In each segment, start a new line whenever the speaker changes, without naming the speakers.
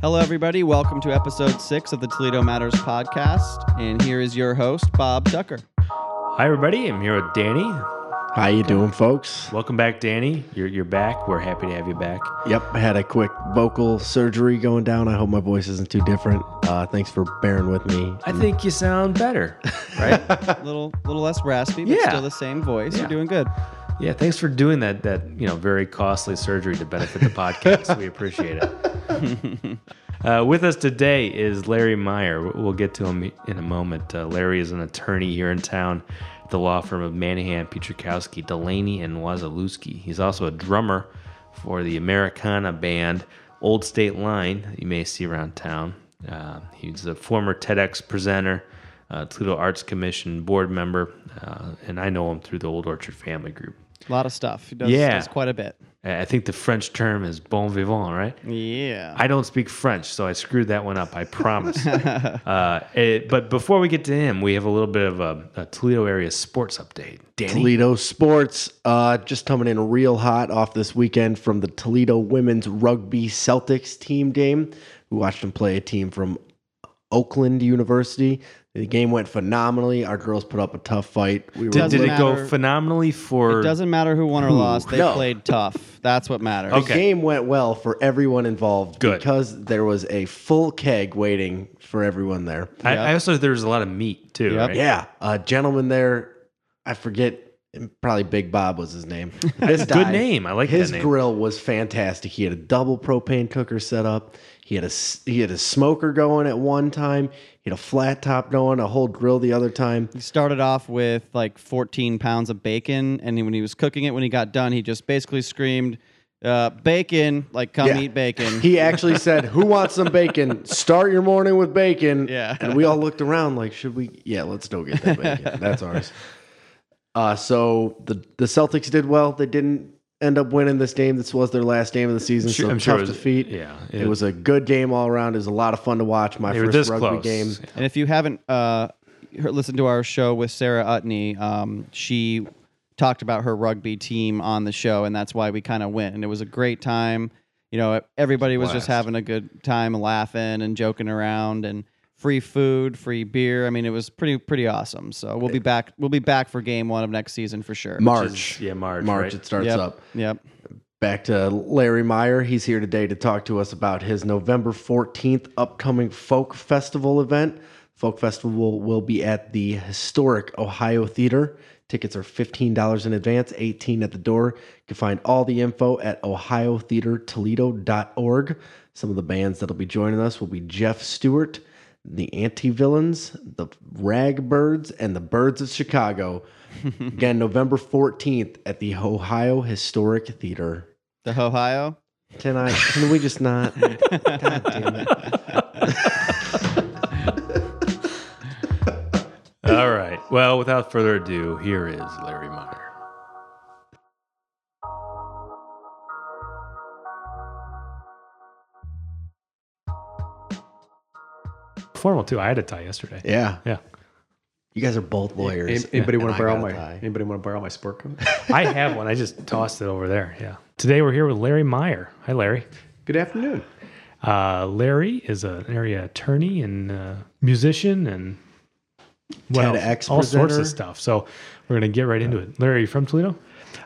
Hello, everybody. Welcome to episode six of the Toledo Matters podcast. And here is your host, Bob Tucker.
Hi, everybody. I'm here with Danny.
How you doing, folks?
Welcome back, Danny. You're, you're back. We're happy to have you back.
Yep, I had a quick vocal surgery going down. I hope my voice isn't too different. Uh, thanks for bearing with me.
I think you sound better, right?
little, little less raspy, but
Yeah.
still the same voice. You're
Yeah.
doing good.
yeah. Thanks for doing that. That you know, very costly surgery to benefit the podcast. we appreciate it. Uh, with us today is Larry Meyer. We'll we'll get to him in a moment. Uh, Larry is an attorney here in town, at the law firm of Manahan, Petrakowski, Delaney, and Wazalewski. He's also a drummer for the Americana band Old State Line. You may see around town. Uh, he's a former TEDx presenter, uh, Toledo Arts Commission board member, uh, and I know him through the Old Orchard Family Group.
A lot of stuff. He does,
Yeah.
does quite a bit.
I I think the French term is bon vivant, right?
Yeah.
I don't speak French, so I screwed that one up. I promise. uh, it- but before we get to him, we have a little bit of a, a Toledo area sports update. Danny,
Toledo sports uh, just coming in real hot off this weekend from the Toledo women's rugby Celtics team game. We watched them play a team from Oakland University. The game went phenomenally. Our girls put up a tough fight. We were
did,
Doesn't
did it go
matter.
phenomenally for?
it doesn't matter who won or lost. They
No.
played tough. That's what matters.
Okay.
The game went well for everyone involved
Good.
because there was a full keg waiting for everyone there.
I, I also there was a lot of meat too.
Yep.
Right?
Yeah, a gentleman there, I forget, probably Big Bob was his name. This
Good name. I like
His
that name.
grill was fantastic. He had a double propane cooker set up. He had a s- he had a smoker going at one time. He had a flat top going, a whole grill the other time.
He started off with like 14 pounds of bacon, and when he was cooking it, when he got done, he just basically screamed, uh, "Bacon! Like, come
Yeah.
eat bacon."
He actually said, "Who wants some bacon? Start your morning with bacon."
Yeah.
and we all looked around like, "Should we? Yeah, let's go get that bacon. That's ours." Uh, so the the Celtics did well. They didn't end up winning this game. This was their last game of the season.
Sure-
so
I'm
tough
sure it was-
defeat.
yeah,
it,
it-
was a good game all around. It was a lot of fun to watch. My
They were
first
this
rugby
close.
game.
And if you haven't uh, heard- listened to our show with Sarah Utney, um, she talked about her rugby team on the show, and that's why we kind of went. And it was a great time. You know, everybody was just
Blast.
having a good time, laughing and joking around, and free food, free beer. I mean, it was pretty pretty awesome. So we'll be back. We'll be back for game one of next season for sure.
March.
yeah, March,
March.
right?
It starts
Yep.
up.
Yep.
Back to Larry Meyer. He's here today to talk to us about his November 14th upcoming Folk Festival event. Folk Festival will be at the historic Ohio Theater. Tickets are $15 in advance, 18 at the door. You can find all the info at ohiotheatertoledo.org. Some of the bands that'll be joining us will be Jeff Stewart, the Anti-Villains, the Ragbirds, and the Birds of Chicago. Again, November 14th at the Ohio Historic Theater.
The Ohio.
Can I? Can we just not? God damn it.
All right. Well, without further ado, here is Larry Meyer. Formal too. I had a tie yesterday.
Yeah,
Yeah.
you guys are both lawyers.
An- Anybody want
And I
to borrow
got a
my?
tie.
Anybody want to borrow my sport coat?
I have one. I just tossed it over there. Yeah. Today we're here with Larry Meyer. Hi, Larry.
Good afternoon.
Uh, Larry is an area attorney and uh, musician and well,
TEDx
all sorts
presenter.
of stuff. So we're gonna get right into it. Larry, you from Toledo?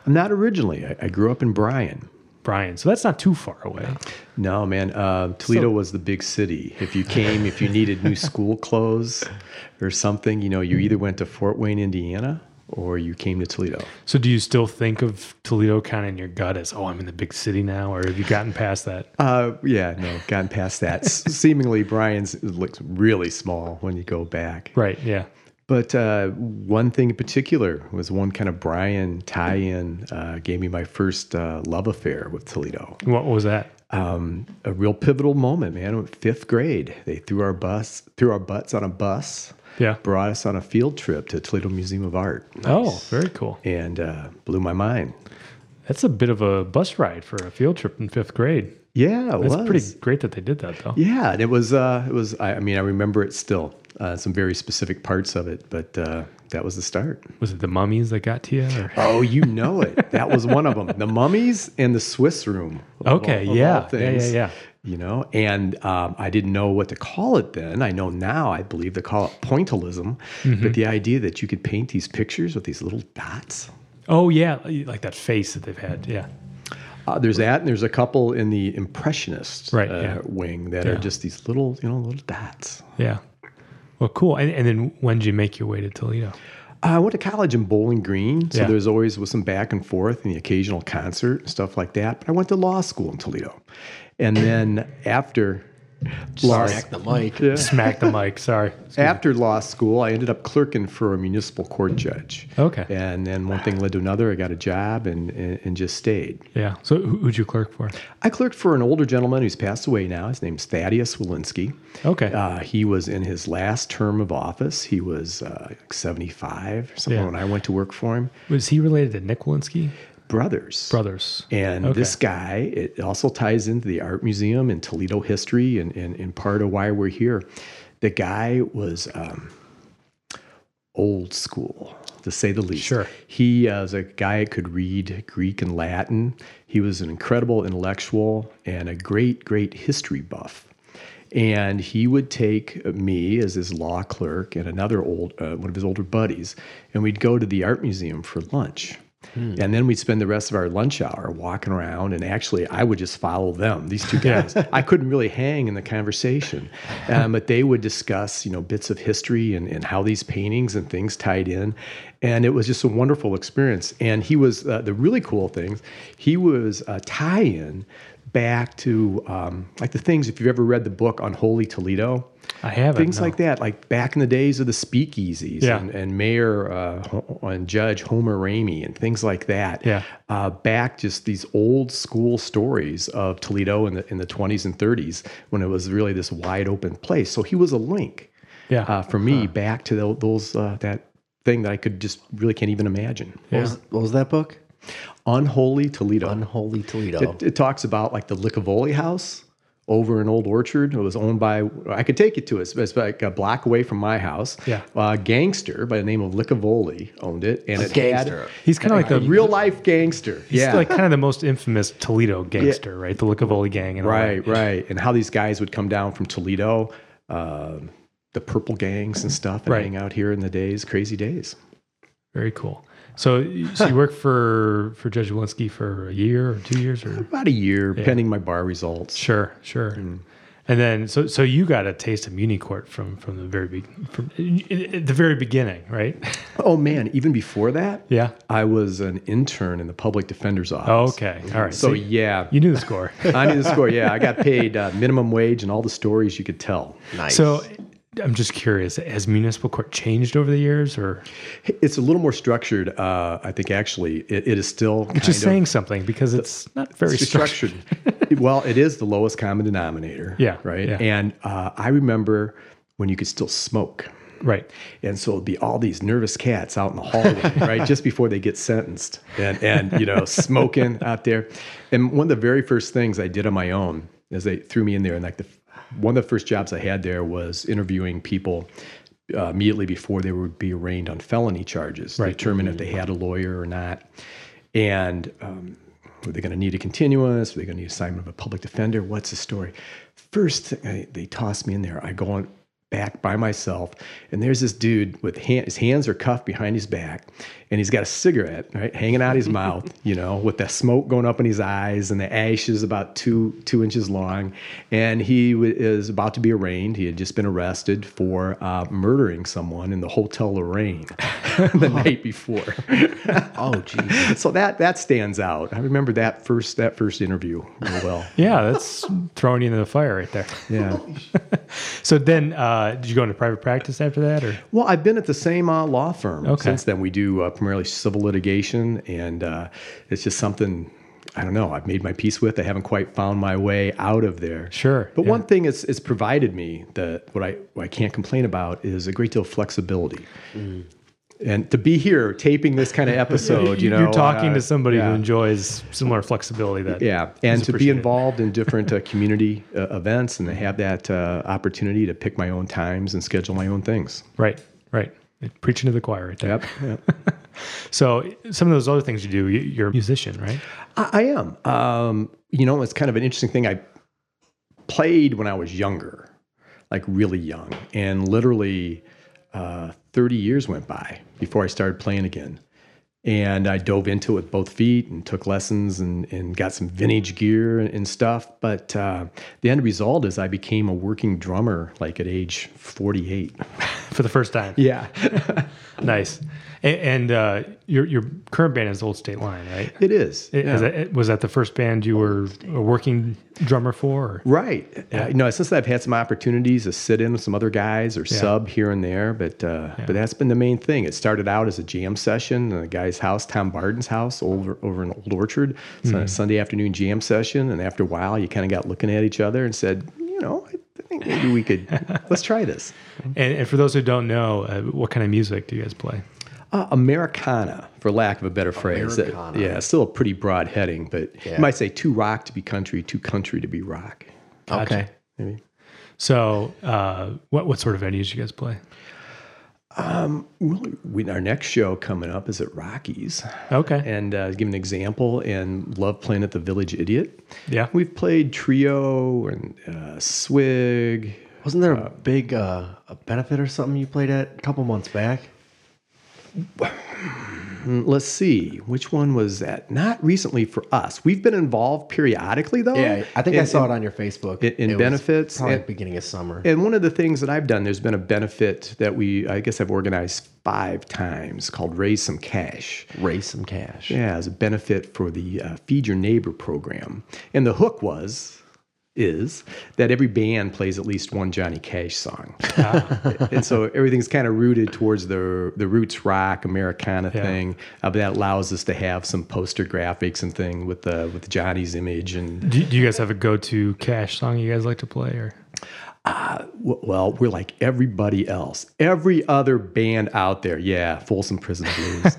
I'm not originally. I, I grew up in Bryan.
Brian. So that's not too far away.
No, man. Uh, Toledo was the big city. If you came, if you needed new school clothes or something, you know, you either went to Fort Wayne, Indiana, or you came to Toledo.
So do you still think of Toledo kind of in your gut as, oh, I'm in the big city now, or have you gotten past that?
Uh, yeah, no, gotten past that. S- Seemingly, Bryan's looks really small when you go back.
Right. Yeah.
But uh, one thing in particular was one kind of Brian tie-in uh, gave me my first uh, love affair with Toledo.
What was that?
Um, a real pivotal moment, man. Fifth grade, they threw our bus, threw our butts on a bus,
Yeah.
brought us on a field trip to Toledo Museum of Art,
Oh, very cool.
and uh, blew my mind.
That's a bit of a bus ride for a field trip in fifth grade.
Yeah, it
That's
was.
pretty great that they did that, though.
Yeah, and it was. Uh, it was. I, I mean, I remember it still. Uh, some very specific parts of it, but uh, that was the start.
Was it the mummies that got to you? Or?
Oh, you know it. That was one of them. The mummies and the Swiss room. Of
Okay,
all- of
yeah.
all
Yeah, yeah,
things.
yeah.
you know and um, i didn't know what to call it then i know now i believe they call it pointillism
Mm-hmm.
but the idea that you could paint these pictures with these little dots
Oh yeah, like that face that they've had. Yeah.
uh, there's that and there's a couple in the impressionist
Right,
uh,
yeah.
wing that
Yeah.
are just these little you know little dots
Yeah. Well, cool. And, and then when did you make your way to Toledo?
I went to college in Bowling Green, so
Yeah.
there's always was some back and forth and the occasional concert and stuff like that. But I went to law school in Toledo, and then after law,
Smack the mic.
Smack the mic. Sorry.
after law school, I ended up clerking for a municipal court judge.
Okay.
and then one thing led to another. I got a job and and, and just stayed.
Yeah. So who, who'd you clerk for?
I clerked for an older gentleman who's passed away now. His name's Thaddeus Walensky.
Okay.
Uh, he was in his last term of office. He was uh, like 75 or something
Yeah.
when I went to work for him.
Was he related to Nick Walensky?
Brothers.
Brothers.
And
Okay.
this guy, it also ties into the art museum and Toledo history and, and, and part of why we're here. The guy was um, old school, to say the least.
Sure.
He uh, was a guy that could read Greek and Latin. He was an incredible intellectual and a great, great history buff. And he would take me as his law clerk and another old, uh, one of his older buddies, and we'd go to the art museum for lunch. And then we'd spend the rest of our lunch hour walking around, and actually, I would just follow them. These two guys, I couldn't really hang in the conversation, um, but they would discuss, you know, bits of history and, and how these paintings and things tied in, and it was just a wonderful experience. And he was uh, the really cool things. He was a tie-in back to um, like the things. If you've ever read the book on Holy Toledo,
I haven't.
things like that, like back in the days of the speakeasies
Yeah.
and, and Mayor uh, Ho- and Judge Homer Ramey and things like that.
Yeah.
Uh, back just these old school stories of Toledo in the in the 20s and 30s when it was really this wide open place. So he was a link
Yeah.
uh, for me back to tho- those uh, that thing that I could just really can't even imagine.
What, was, what was that book?
Unholy Toledo.
Unholy Toledo.
It, it talks about like the Licavoli house over an old orchard. It was owned by, I could take it to it. It's like a block away from my house. Uh,
Yeah.
A gangster by the name of Licavoli owned it. And it
Gangster.
had
he's kind of like
a
the
real life gangster.
He's
yeah.
like kind of the most infamous Toledo gangster, right? The Licavoli gang and all that.
right, right. And how these guys would come down from Toledo, um, the purple gangs and stuff, and
Right.
hang out here in the days, crazy days.
Very cool. So, so you worked for for Judge Walensky for a year or two years or
About a year, pending my bar results.
sure, sure.
Mm-hmm.
And then so so you got a taste of Muni Court from from the very be, from at the very beginning, right?
Oh, man. Even before that,
Yeah.
I was an intern in the public defender's office.
Okay. All right.
So,
So,
yeah.
you knew the score.
I knew the score. Yeah, I got paid uh, minimum wage and all the stories you could tell.
nice.
so I'm just curious, has municipal court changed over the years or
It's a little more structured. Uh, I think actually, it, it is still kind
just
of
saying something because it's not very structured.
structured. well, it is the lowest common denominator.
Yeah,
Right.
yeah.
And uh, I remember when you could still smoke.
Right.
And so it'd be all these nervous cats out in the hallway, right? Just before they get sentenced and, and, you know, smoking out there. And one of the very first things I did on my own is they threw me in there. And like the, one of the first jobs I had there was interviewing people uh, immediately before they would be arraigned on felony charges, to determine if they had a lawyer or not. And um, were they going to need a continuance? Were they going to need assignment of a public defender? What's the story? First, thing, I, they toss me in there. I go on back by myself, and there's this dude with hand, his hands are cuffed behind his back, and he's got a cigarette right hanging out his mouth, you know, with the smoke going up in his eyes, and the ash is about two two inches long, and he w- is about to be arraigned. He had just been arrested for uh, murdering someone in the Hotel Lorraine the night before
oh, geez.
so that that stands out. I remember that first that first interview real well.
Yeah, that's throwing you into the fire right there.
Yeah.
So then, uh, did you go into private practice after that, or
Well, I've been at the same uh, law firm
Okay.
since then. We do uh, primarily civil litigation, and uh, it's just something I don't know. I've made my peace with. I haven't quite found my way out of there.
Sure,
But
yeah.
one thing it's it's provided me that what I what I can't complain about is a great deal of flexibility.
Mm.
And to be here taping this kind of episode, you know,
you're talking
uh,
to somebody who
yeah.
enjoys similar flexibility? That
Yeah, and to be
appreciated.
involved in different uh, community uh, events and to have that uh, opportunity to pick my own times and schedule my own things.
right, right. Preaching to the choir, right there.
Yep. yep.
So some of those other things you do, you- you're a musician, right?
I, I am. Um, you know, it's kind of an interesting thing. I played when I was younger, like really young, and literally uh, 30 years went by before I started playing again. And I dove into it with both feet and took lessons and, and got some vintage gear and, and stuff. But uh, the end result is I became a working drummer like at age 48.
for the first time.
Yeah.
Nice. And, and uh, your your current band is Old State Line, right?
It is.
Is that- was that the first band you were a working drummer for? Or?
Right. Uh, you know, since I've had some opportunities to sit in with some other guys or sub here and there, but uh, but that's been the main thing. It started out as a jam session in a guy's house, Tom Barden's house, over over in Old Orchard. It's
Hmm.
a Sunday afternoon jam session, and after a while, you kind of got looking at each other and said, you know, I think maybe we could let's try this.
And, and for those who don't know, uh, what kind of music do you guys play?
Uh, Americana, for lack of a better phrase. That-
Americana.
yeah, still a pretty broad heading, but
Yeah.
you might say too rock to be country, too country to be rock.
Okay.
So, uh, what what sort of venues do you guys play?
Well, we, our next show coming up is at Rockies.
Okay.
and uh, give an example and love playing at the Village Idiot.
yeah.
We've played Trio and uh, Swig.
Wasn't there a big uh, a benefit or something you played at a couple months back?
Mm, Let's see, which one was that? Not recently for us. We've been involved periodically though.
I think I
And-
saw
and-
it on your Facebook.
in- in
It was
benefits,
probably
it-
beginning of summer.
And one of the things that I've done, there's been a benefit that we, I guess I've organized five times called Raise Some Cash.
Raise some cash.
Yeah, as a benefit for the uh, Feed Your Neighbor program. And the hook was, is that every band plays at least one Johnny Cash song.
Ah.
and so everything's kind of rooted towards the, the roots rock, Americana thing. Uh, but that allows us to have some poster graphics and thing with, uh, with Johnny's image. And
Do, do you guys have a go to cash song you guys like to play? Or
w- well, we're like everybody else, every other band out there. Yeah, Folsom Prison Blues.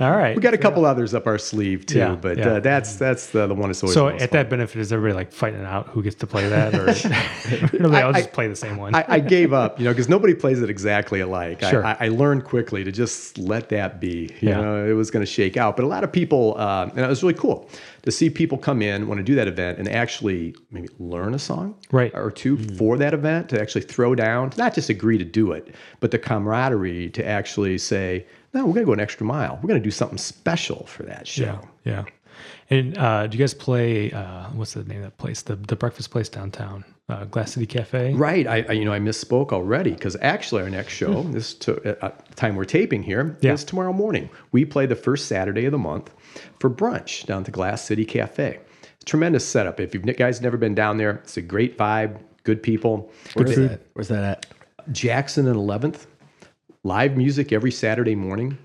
all right.
we got a couple others up our sleeve too,
Yeah,
but
yeah.
Uh, that's, that's the, the one that's always
so
the most
at that benefit, is everybody like fighting out who gets to play that, or really, I'll just play the same one?
I, I gave up, you know, because nobody plays it exactly alike. I-
Sure.
I, I learned quickly to just let that be. You
Yeah.
know, it was going to shake out. But a lot of people, um, and it was really cool to see people come in, want to do that event, and actually maybe learn a song
Right. Mm.
or two for that event to actually throw down, to not just agree to do it, but the camaraderie to actually say, no, we're going to go an extra mile. We're going to do something special for that show.
yeah, yeah. And uh, do you guys play? Uh, what's the name of that place? The the breakfast place downtown, uh, Glass City Cafe.
Right. I, I you know I misspoke already because actually our next show this to, uh, time we're taping here is
Yeah.
tomorrow morning. We play the first Saturday of the month for brunch down at the Glass City Cafe. Tremendous setup. If you guys never been down there, it's a great vibe. Good people.
Where's that? Where's that at?
Jackson and 11th. Live music every Saturday morning.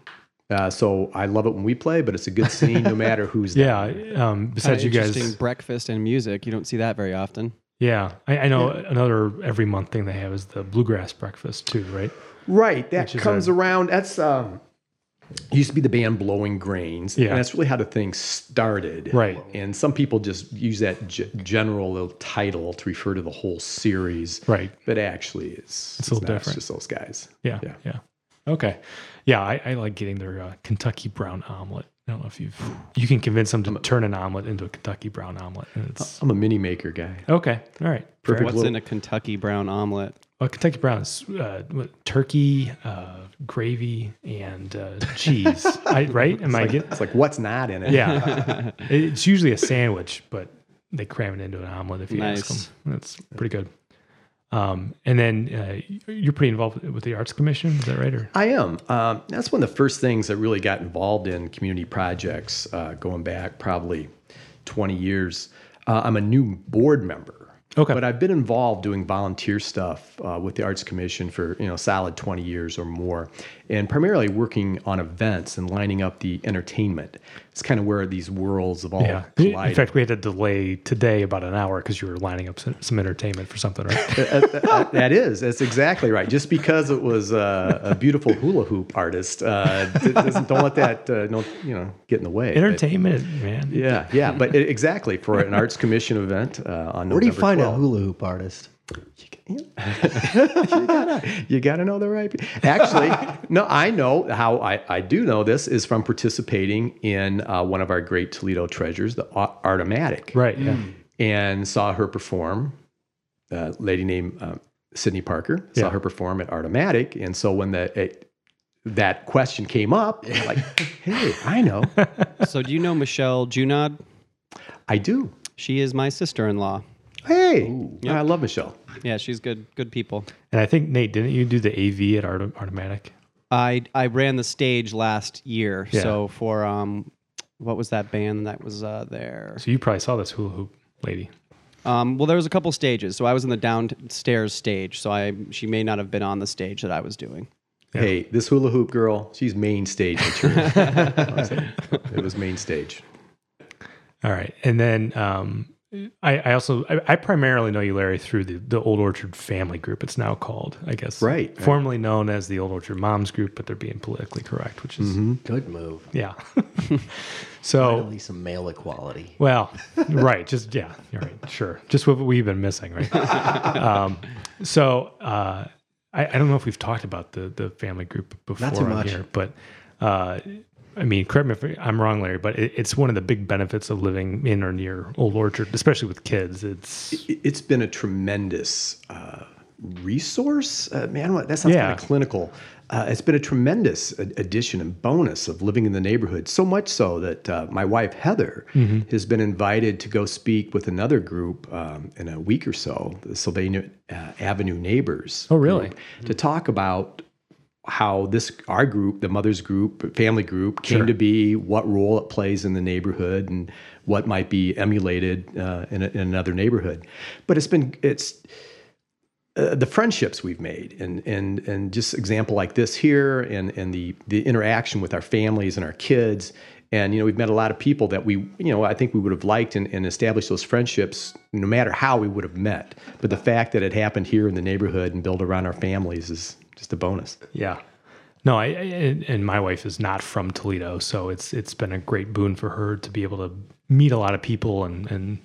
Uh, so I love it when we play, but it's a good scene no matter who's there.
Yeah. Um, besides you
interesting
guys,
breakfast and music. You don't see that very often.
yeah. I, I know another every month thing they have is the bluegrass breakfast too, right?
Right. That
Which is
comes
a-
around. That's um used to be the band Blowing Grains.
Yeah.
And that's really how the thing started.
Right.
And some people just use that g- general little title to refer to the whole series.
Right.
But actually it's,
It's a little
not.
different.
just those guys.
Yeah. Yeah.
Yeah.
Okay. Yeah. I, I like getting their uh, Kentucky brown omelet. I don't know if you've, you can convince them to turn an omelet into a Kentucky brown omelet. and It's,
I'm a mini maker guy.
okay. All right.
Perfect
What's
little-
in a Kentucky brown omelet?
Well, Kentucky brown is uh, what, turkey, uh, gravy, and uh, cheese. I, right? Am I getting?
It's like what's not in it.
Yeah. it's usually a sandwich, but they cram it into an omelet if you
Nice.
ask them. That's pretty good. Um, and then uh, you're pretty involved with the Arts Commission, is that right? Or
I am. Um, that's one of the first things I really got involved in community projects uh, going back probably 20 years. Uh, I'm a new board member.
Okay.
But I've been involved doing volunteer stuff uh, with the Arts Commission for you know a solid 20 years or more, and primarily working on events and lining up the entertainment. It's kind of where these worlds of all
Yeah.
collide.
In fact, we had to delay today about an hour because you were lining up some, some entertainment for something, right?
that is. That's exactly right. Just because it was uh, a beautiful hula hoop artist, uh, d- doesn't, don't let that uh, don't you know get in the way. But-
entertainment, man.
Yeah, yeah, but it, exactly for an arts commission event uh, on
Where do you find a
out
hula hoop artist?
you got to know the right. pe- Actually, no, I know how I, I do know this is from participating in uh, one of our great Toledo treasures, the Ar- Artomatic.
Right. Yeah.
and saw her perform. A lady named uh, Sydney Parker saw
Yeah.
her perform at Artomatic, and so when the it, that question came up, I'm like, hey, I know,
so do you know Michelle Junod?
I do.
She is my sister-in-law.
Hey, I love Michelle.
Yeah, she's good. Good people.
And I think Nate, didn't you do the AV at Art- Automatic?
I I ran the stage last year.
Yeah.
So for um, what was that band that was uh, there?
So you probably saw this hula hoop lady.
Um, well, there was a couple stages. So I was in the downstairs stage. So I she may not have been on the stage that I was doing.
Hey, this hula hoop girl, she's main stage. material. I was like, it was main stage.
All right, and then um, I, I also I, I primarily know you, Larry, through the the Old Orchard family group. It's now called, I guess,
Right.
Formerly known as the Old Orchard Moms Group, but they're being politically correct, which is
Mm-hmm.
Good move.
yeah. so
Finally, some male equality.
well, right, just yeah, you're right, sure, just what we've been missing, right? um, so uh, I, I don't know if we've talked about the the family group before
Not too
on
much.
here, but. Uh, I mean, correct me if I'm wrong, Larry, but it, it's one of the big benefits of living in or near Old Orchard, especially with kids. It's
It- It's been a tremendous uh, resource. Uh, man, what, that sounds
Yeah.
kind of clinical. Uh, it's been a tremendous ad- addition and bonus of living in the neighborhood, so much so that uh, my wife, Heather,
Mm-hmm.
has been invited to go speak with another group um, in a week or so, the Sylvania uh, Avenue Neighbors.
Oh, really?
group, To talk about how this our group the mother's group family group came to be what role it plays in the neighborhood and what might be emulated uh, in, a, in another neighborhood but it's been it's uh, the friendships we've made and and and just example like this here and and the the interaction with our families and our kids and you know we've met a lot of people that we you know i think we would have liked and, and established those friendships no matter how we would have met but the fact that it happened here in the neighborhood and built around our families is just a bonus
Yeah. No, I, I and and my wife is not from Toledo, so it's it's been a great boon for her to be able to meet a lot of people and and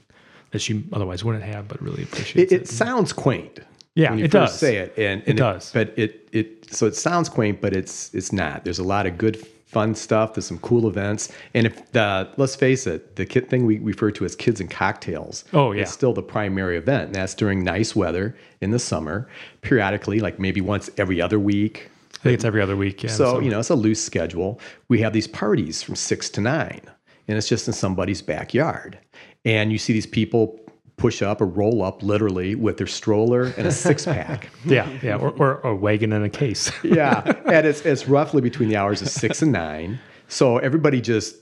that she otherwise wouldn't have, but really appreciates
it,
it.
it sounds quaint.
Yeah,
when you
it
first
does.
Say it, and, and
does.
but it it so it sounds quaint, but it's it's not. There's a lot of good, fun stuff. There's some cool events, and if the let's face it, the kid thing we refer to as kids and cocktails.
Oh, yeah.
is still the primary event, and that's during nice weather in the summer, periodically, like maybe once every other week.
I think it's every other week. Yeah,
So, you know, it's a loose schedule. We have these parties from six to nine, and it's just in somebody's backyard. And you see these people push up or roll up literally with their stroller and a six pack.
yeah, yeah, or, or or wagon in a case.
yeah. And it's, it's roughly between the hours of six and nine. So everybody just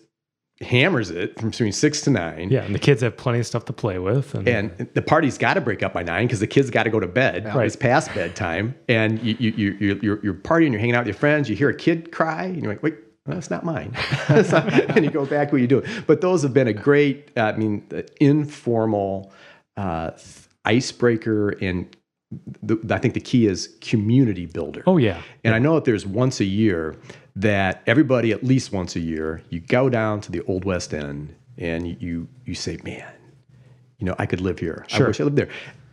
hammers it from between six to nine.
yeah, and the kids have plenty of stuff to play with, and,
And the party's got to break up by nine because the kids got to go to bed.
Right.
It's past bedtime, and you you you you're, you're, you're partying, you're hanging out with your friends. You hear a kid cry, and you're like, wait. well, That's not mine. That's not- and you go back to what you do. But those have been a great, uh, I mean, the informal uh, th- icebreaker. And the, I think the key is community builder.
oh yeah,
And I know that there's once a year that everybody, at least once a year, you go down to the Old West End and you you say, man, you know, I could live here. I wish I lived there.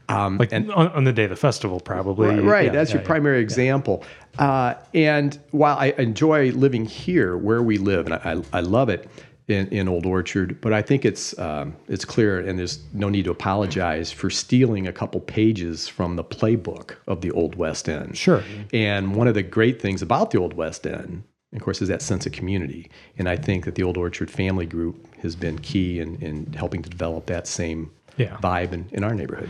Um,
like on, on the day of the festival, probably.
Right, right.
Yeah,
that's
yeah,
your
yeah.
primary example. Uh, and while I enjoy living here, where we live, and I, I I love it in, in Old Orchard, but I think it's um, it's clear, and there's no need to apologize for stealing a couple pages from the playbook of the Old West End.
Sure.
And one of the great things about the Old West End. Of course, is that sense of community, and I think that the Old Orchard Family Group has been key in, in helping to develop that same
Yeah.
vibe in, in our neighborhood.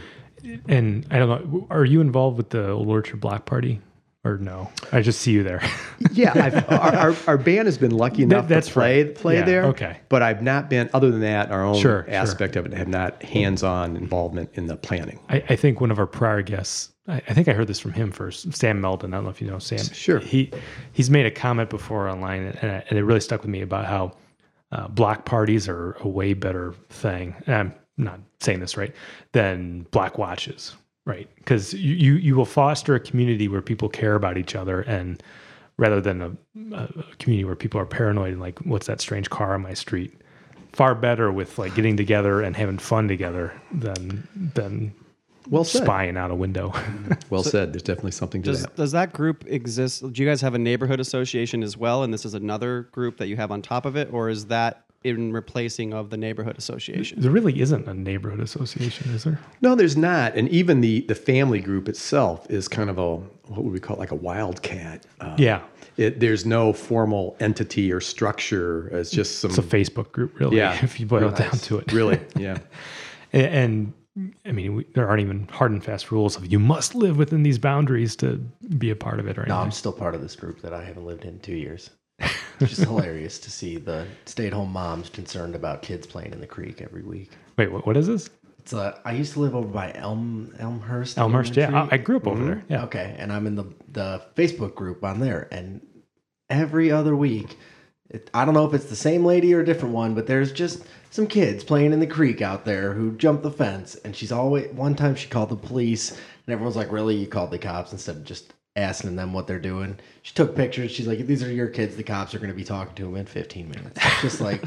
And I don't know, are you involved with the Old Orchard Block Party, or no? I just see you there.
Yeah, I've, our, our, our band has been lucky enough
that's
to play
right.
play
Yeah,
there.
okay.
but I've not been other than that our own
Sure, sure.
aspect of it have not hands on involvement in the planning.
I, I think one of our prior guests, I, I think I heard this from him first, Sam Meldon. I don't know if you know Sam.
Sure.
He he's made a comment before online, and, I- and it really stuck with me about how uh, block parties are a way better thing. And I'm not saying this right than black watches, right? Because you, you you will foster a community where people care about each other and. Rather than a, a community where people are paranoid and like, what's that strange car on my street? Far better with like getting together and having fun together than than
Well said.
spying out a window.
Well said. There's definitely something to
Does
that.
does that group exist? Do you guys have a neighborhood association as well? And this is another group that you have on top of it, or is that in replacing of the neighborhood association.
There really isn't a neighborhood association, is there?
No, there's not. And even the the family group itself is kind of a what would we call it, like a wildcat. Uh,
Yeah.
it, there's no formal entity or structure. It's just some
It's a Facebook group, really,
Yeah.
if you boil
Real
it down
nice.
to it.
really yeah.
And, and I mean, we, there aren't even hard and fast rules of you must live within these boundaries to be a part of it or
No,
anything.
I'm still part of this group that I haven't lived in two years. It's just hilarious to see the stay-at-home moms concerned about kids playing in the creek every week.
Wait, what, what is this?
It's uh, I used to live over by Elm Elmhurst.
Elmhurst. Yeah, I, I
Elementary.
grew up over there. Yeah.
Okay, and I'm in the the Facebook group on there, and every other week, it, I don't know if it's the same lady or a different one, but there's just some kids playing in the creek out there who jump the fence, and she's always one time she called the police, and everyone's like, "Really, you called the cops instead of just asking them what they're doing?" She took pictures. She's like, "These are your kids. The cops are going to be talking to them in 15 minutes." It's just like,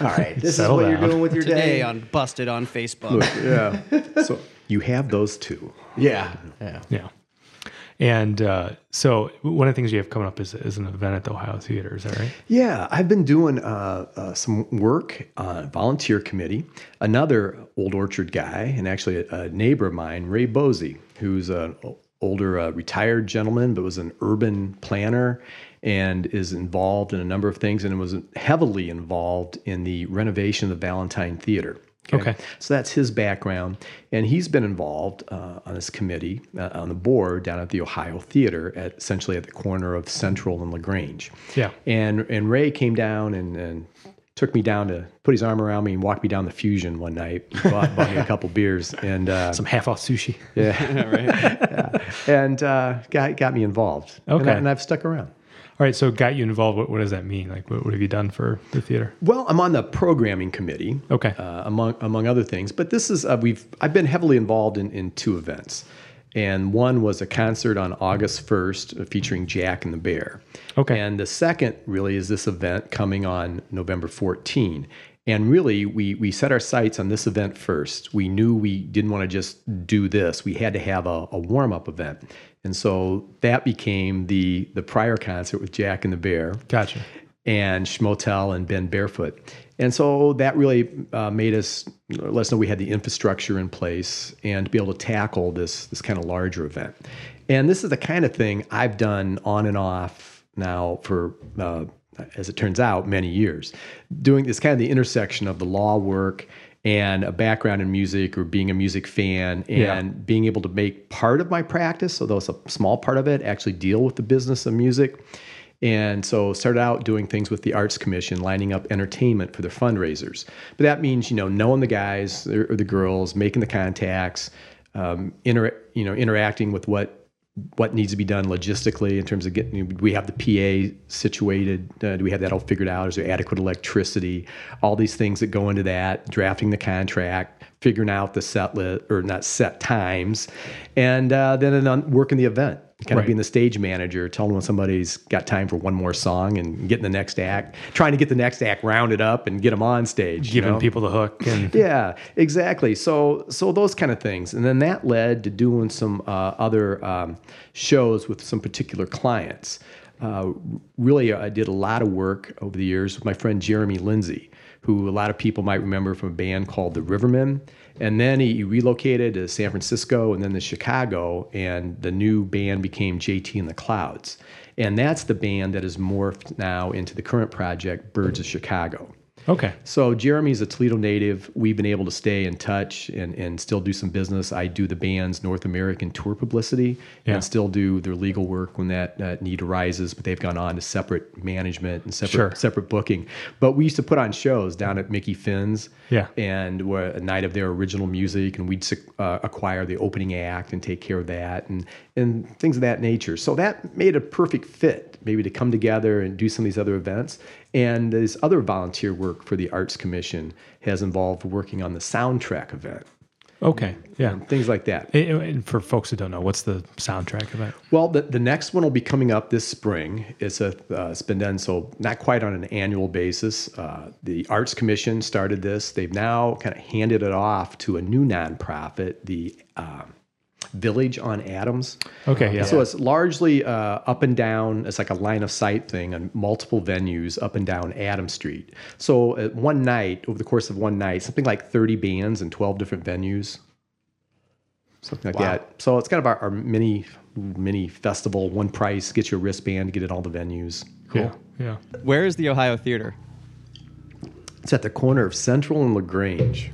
all right, this
Settle
is what
down.
you're doing with your
Today
day.
on Busted on Facebook.
yeah. So you have those two.
yeah, yeah.
Yeah. And uh, so one of the things you have coming up is, is an event at the Ohio Theater, is that right?
Yeah, I've been doing uh, uh, some work on a volunteer committee. Another Old Orchard guy, and actually a, a neighbor of mine, Ray Bosey, who's an o- older uh, retired gentleman, but was an urban planner and is involved in a number of things and was heavily involved in the renovation of the Valentine Theater.
Okay.
So that's his background. And he's been involved uh, on this committee, uh, on the board down at the Ohio Theater, at, essentially at the corner of Central and LaGrange.
Yeah.
And and Ray came down and, and took me down to put his arm around me and walked me down the fusion one night. He bought, bought me a couple beers and uh,
Some half off sushi.
yeah, and uh, got got me involved. And,
Okay.
I, and I've stuck around.
All right. So got you involved. What, what does that mean? Like, what, what have you done for the theater?
Well, I'm on the programming committee.
Okay.
uh, among among other things. But this is uh, we've I've been heavily involved in in two events, and one was a concert on August first uh, featuring Jack and the Bear.
Okay.
And the second really is this event coming on November 14. And really, we we set our sights on this event first. We knew we didn't want to just do this. We had to have a, a warm up event, and so that became the the prior concert with Jack and the Bear
Gotcha.
and Schmotel and Ben Barefoot. And so that really uh, made us let us know we had the infrastructure in place and to be able to tackle this this kind of larger event. And this is the kind of thing I've done on and off now for, uh, as it turns out, many years. Doing this kind of the intersection of the law work and a background in music or being a music fan and being able to make part of my practice, although it's a small part of it, actually deal with the business of music. And so started out doing things with the Arts Commission, lining up entertainment for their fundraisers. But that means you know knowing the guys or or the girls, making the contacts, um, inter- you know interacting with what what needs to be done logistically in terms of getting do we have the PA situated, uh, do we have that all figured out? Is there adequate electricity? All these things that go into that, drafting the contract, figuring out the set li- or not set times, and uh, then on working the event kind
Right.
of being the stage manager, telling when somebody's got time for one more song and getting the next act, trying to get the next act rounded up and get them on stage. you
Giving
know?
people the hook. And
yeah, exactly. So, so those kind of things, and then that led to doing some uh, other um, shows with some particular clients. Uh, really, I did a lot of work over the years with my friend Jeremy Lindsay, who a lot of people might remember from a band called the Rivermen. And then he relocated to San Francisco and then to Chicago, and the new band became JT and the Clouds. And that's the band that has morphed now into the current project, Birds of Chicago.
okay.
So Jeremy's a Toledo native. We've been able to stay in touch and, and still do some business. I do the band's North American tour publicity
Yeah.
and still do their legal work when that uh, need arises. But they've gone on to separate management and separate
Sure.
separate booking. But we used to put on shows down at Mickey Finn's.
Yeah.
And were a night of their original music, and we'd uh, acquire the opening act and take care of that and and things of that nature. So that made a perfect fit, maybe to come together and do some of these other events. And this other volunteer work for the Arts Commission has involved working on the soundtrack event,
Okay. Yeah.
things like that.
And- And for folks who don't know, what's the soundtrack of it?
Well, the, the next one will be coming up this spring. It's a uh, it's been done so not quite on an annual basis. Uh, the Arts Commission started this. They've now kind of handed it off to a new nonprofit, the um, village on Adams.
Okay, yeah.
Um, So it's largely uh, up and down. It's like a line of sight thing on multiple venues up and down Adam Street. So at one night, over the course of one night, something like 30 bands and 12 different venues, something like that. So it's kind of our, our mini mini festival. One price, get your wristband, get in all the venues.
cool. Yeah.
Where is the Ohio Theater?
It's at the corner of Central and Lagrange.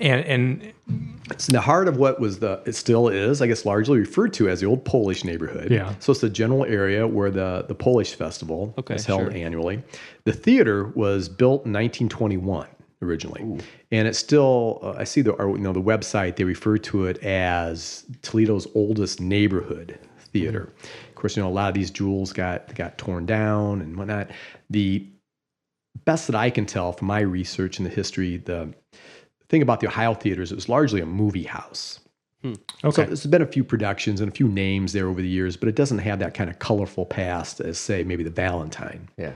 And and
It's in the heart of what was the, it still is, I guess, largely referred to as the old Polish neighborhood.
Yeah.
So it's the general area where the, the Polish festival
Okay,
is held
sure.
annually. The theater was built in 1921 originally, and it's still, uh, I see the, or, you know, the website, they refer to it as Toledo's oldest neighborhood theater.
Mm-hmm.
Of course, you know, a lot of these jewels got, got torn down and whatnot. The best that I can tell from my research in the history, the thing about the Ohio theaters, it was largely a movie house. So
okay.
there's been a few productions and a few names there over the years, but it doesn't have that kind of colorful past as, say, maybe the Valentine.
Yeah.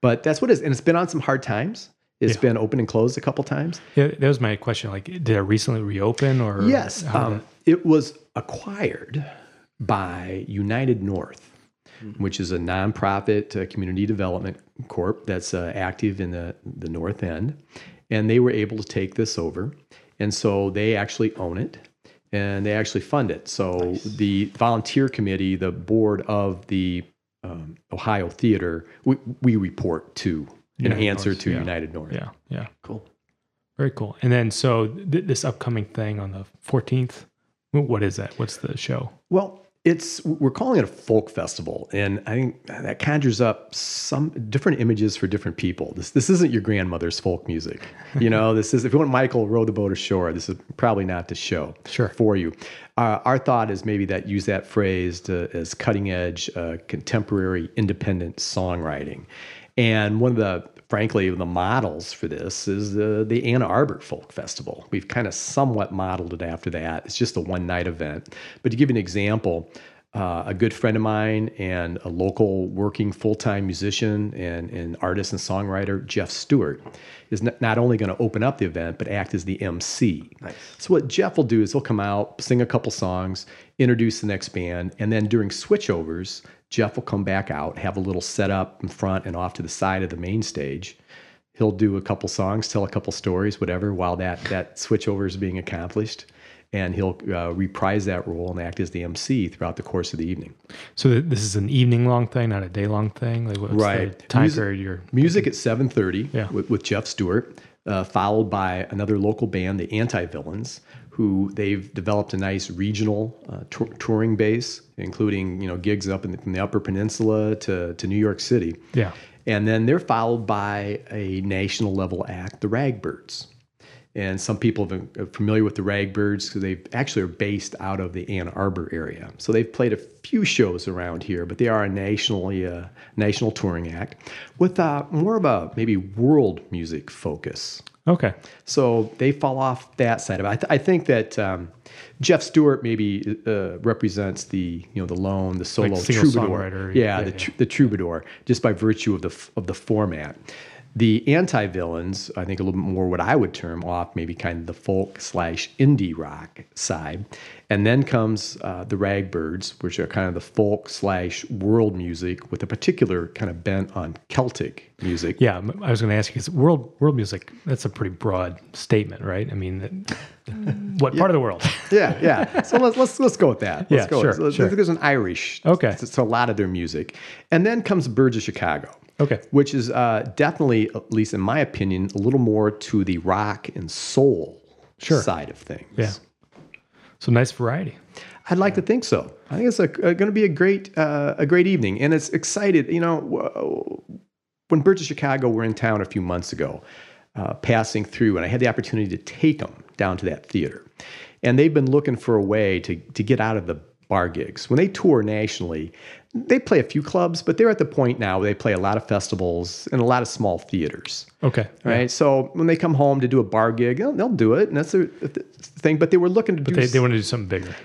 But that's what it is. And it's been on some hard times. It's been open and closed a couple times.
Yeah, that was my question. Like, did it recently reopen or?
Yes,
how did
um, it was acquired by United North,
Mm-hmm.
which is a nonprofit uh, community development corp that's uh, active in the, the North End. And they were able to take this over. And so they actually own it and they actually fund it. So the volunteer committee, the board of the um, Ohio Theater, we, we report to and
United
answer
North,
to
yeah.
United North.
Yeah. Yeah.
Cool.
Very cool. And then, so th- this upcoming thing on the 14th, wh- what is that? What's the show?
Well, it's we're calling it a folk festival, and I think that conjures up some different images for different people. This this isn't your grandmother's folk music, you know. This is if you want Michael row the boat ashore. This is probably not the show
Sure.
for you. Uh, our thought is maybe that use that phrase to, as cutting edge uh, contemporary independent songwriting, and one of the frankly the models for this is the the Ann Arbor Folk Festival. We've kind of somewhat modeled it after that. It's just a one night event, but to give you an example. Uh, a good friend of mine and a local working full-time musician and, and artist and songwriter jeff stewart is n- not only going to open up the event but act as the mc so what Jeff will do is he'll come out, sing a couple songs, introduce the next band, and then during switchovers, Jeff will come back out, have a little setup in front and off to the side of the main stage. He'll do a couple songs, tell a couple stories, whatever, while that that switchover is being accomplished, and he'll uh, reprise that role and act as the MC throughout the course of the evening.
So th- this is an evening long thing, not a day long thing. Like, what's
Right.
the time
Music-
period you're?
Music at 7.30
Yeah.
with, with Jeff Stewart, uh, followed by another local band, the Anti-Villains, who they've developed a nice regional uh, tour- touring base, including, you know, gigs up in the, from the Upper Peninsula to, to New York City.
Yeah.
And then they're followed by a national level act, the Ragbirds. And some people have been are familiar with the Ragbirds because they actually are based out of the Ann Arbor area. So they've played a few shows around here, but they are a nationally uh, national touring act with uh, more of a maybe world music focus.
Okay.
So they fall off that side of it. I, th- I think that um, Jeff Stewart maybe uh, represents the you know the lone, the solo
single
troubadour.
songwriter.
Yeah,
Yeah,
the,
yeah.
tr- the troubadour, just by virtue of the f- of the format. The anti villains, I think, a little bit more what I would term off maybe kind of the folk slash indie rock side, and then comes uh, the Ragbirds, which are kind of the folk slash world music with a particular kind of bent on Celtic music.
Yeah, m- I was going to ask you because world world music that's a pretty broad statement, right? I mean, that- what part of the world?
yeah, yeah. So let's let's let's go with that. Let's
Yeah,
go.
sure,
So
sure.
There's an Irish.
Okay.
It's, a lot of their music, and then comes Birds of Chicago.
Okay.
Which is uh, definitely, at least in my opinion, a little more to the rock and soul
Sure.
side of things.
Yeah. So nice variety.
I'd like to think so. I think it's a, going to be a great uh, a great evening, and it's excited. You know, w- uh, when Birds of Chicago were in town a few months ago, uh, passing through, and I had the opportunity to take them down to that theater, and they've been looking for a way to to get out of the bar gigs. When they tour nationally, they play a few clubs, but they're at the point now where they play a lot of festivals and a lot of small theaters.
Okay.
Right, so when they come home to do a bar gig, they'll, they'll do it, and that's their th- thing. But they were looking to do,
They,
s- Oh,
they want to do something bigger,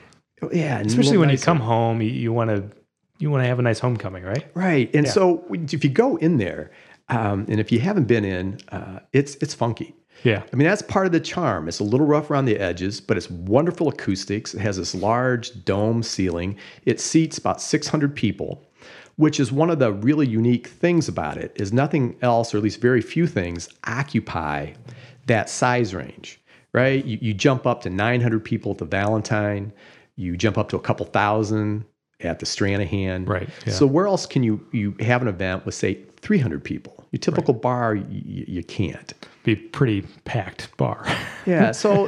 yeah, and a
especially
little
when you
nicer.
come home. You, you want to you want to have a nice homecoming, right?
Right. And so we- if you go in there, um, and if you haven't been in, uh, it's it's funky.
Yeah.
I mean, that's part of the charm. It's a little rough around the edges, but it's wonderful acoustics. It has this large dome ceiling. It seats about 600 people, which is one of the really unique things about it is nothing else, or at least very few things, occupy that size range, right? You, you jump up to 900 people at the Valentine. You jump up to a couple thousand at the Stranahan.
Right, yeah.
So where else can you, you have an event with, say, 300 people? Your typical bar, you, you can't.
Be pretty packed bar.
Yeah. So,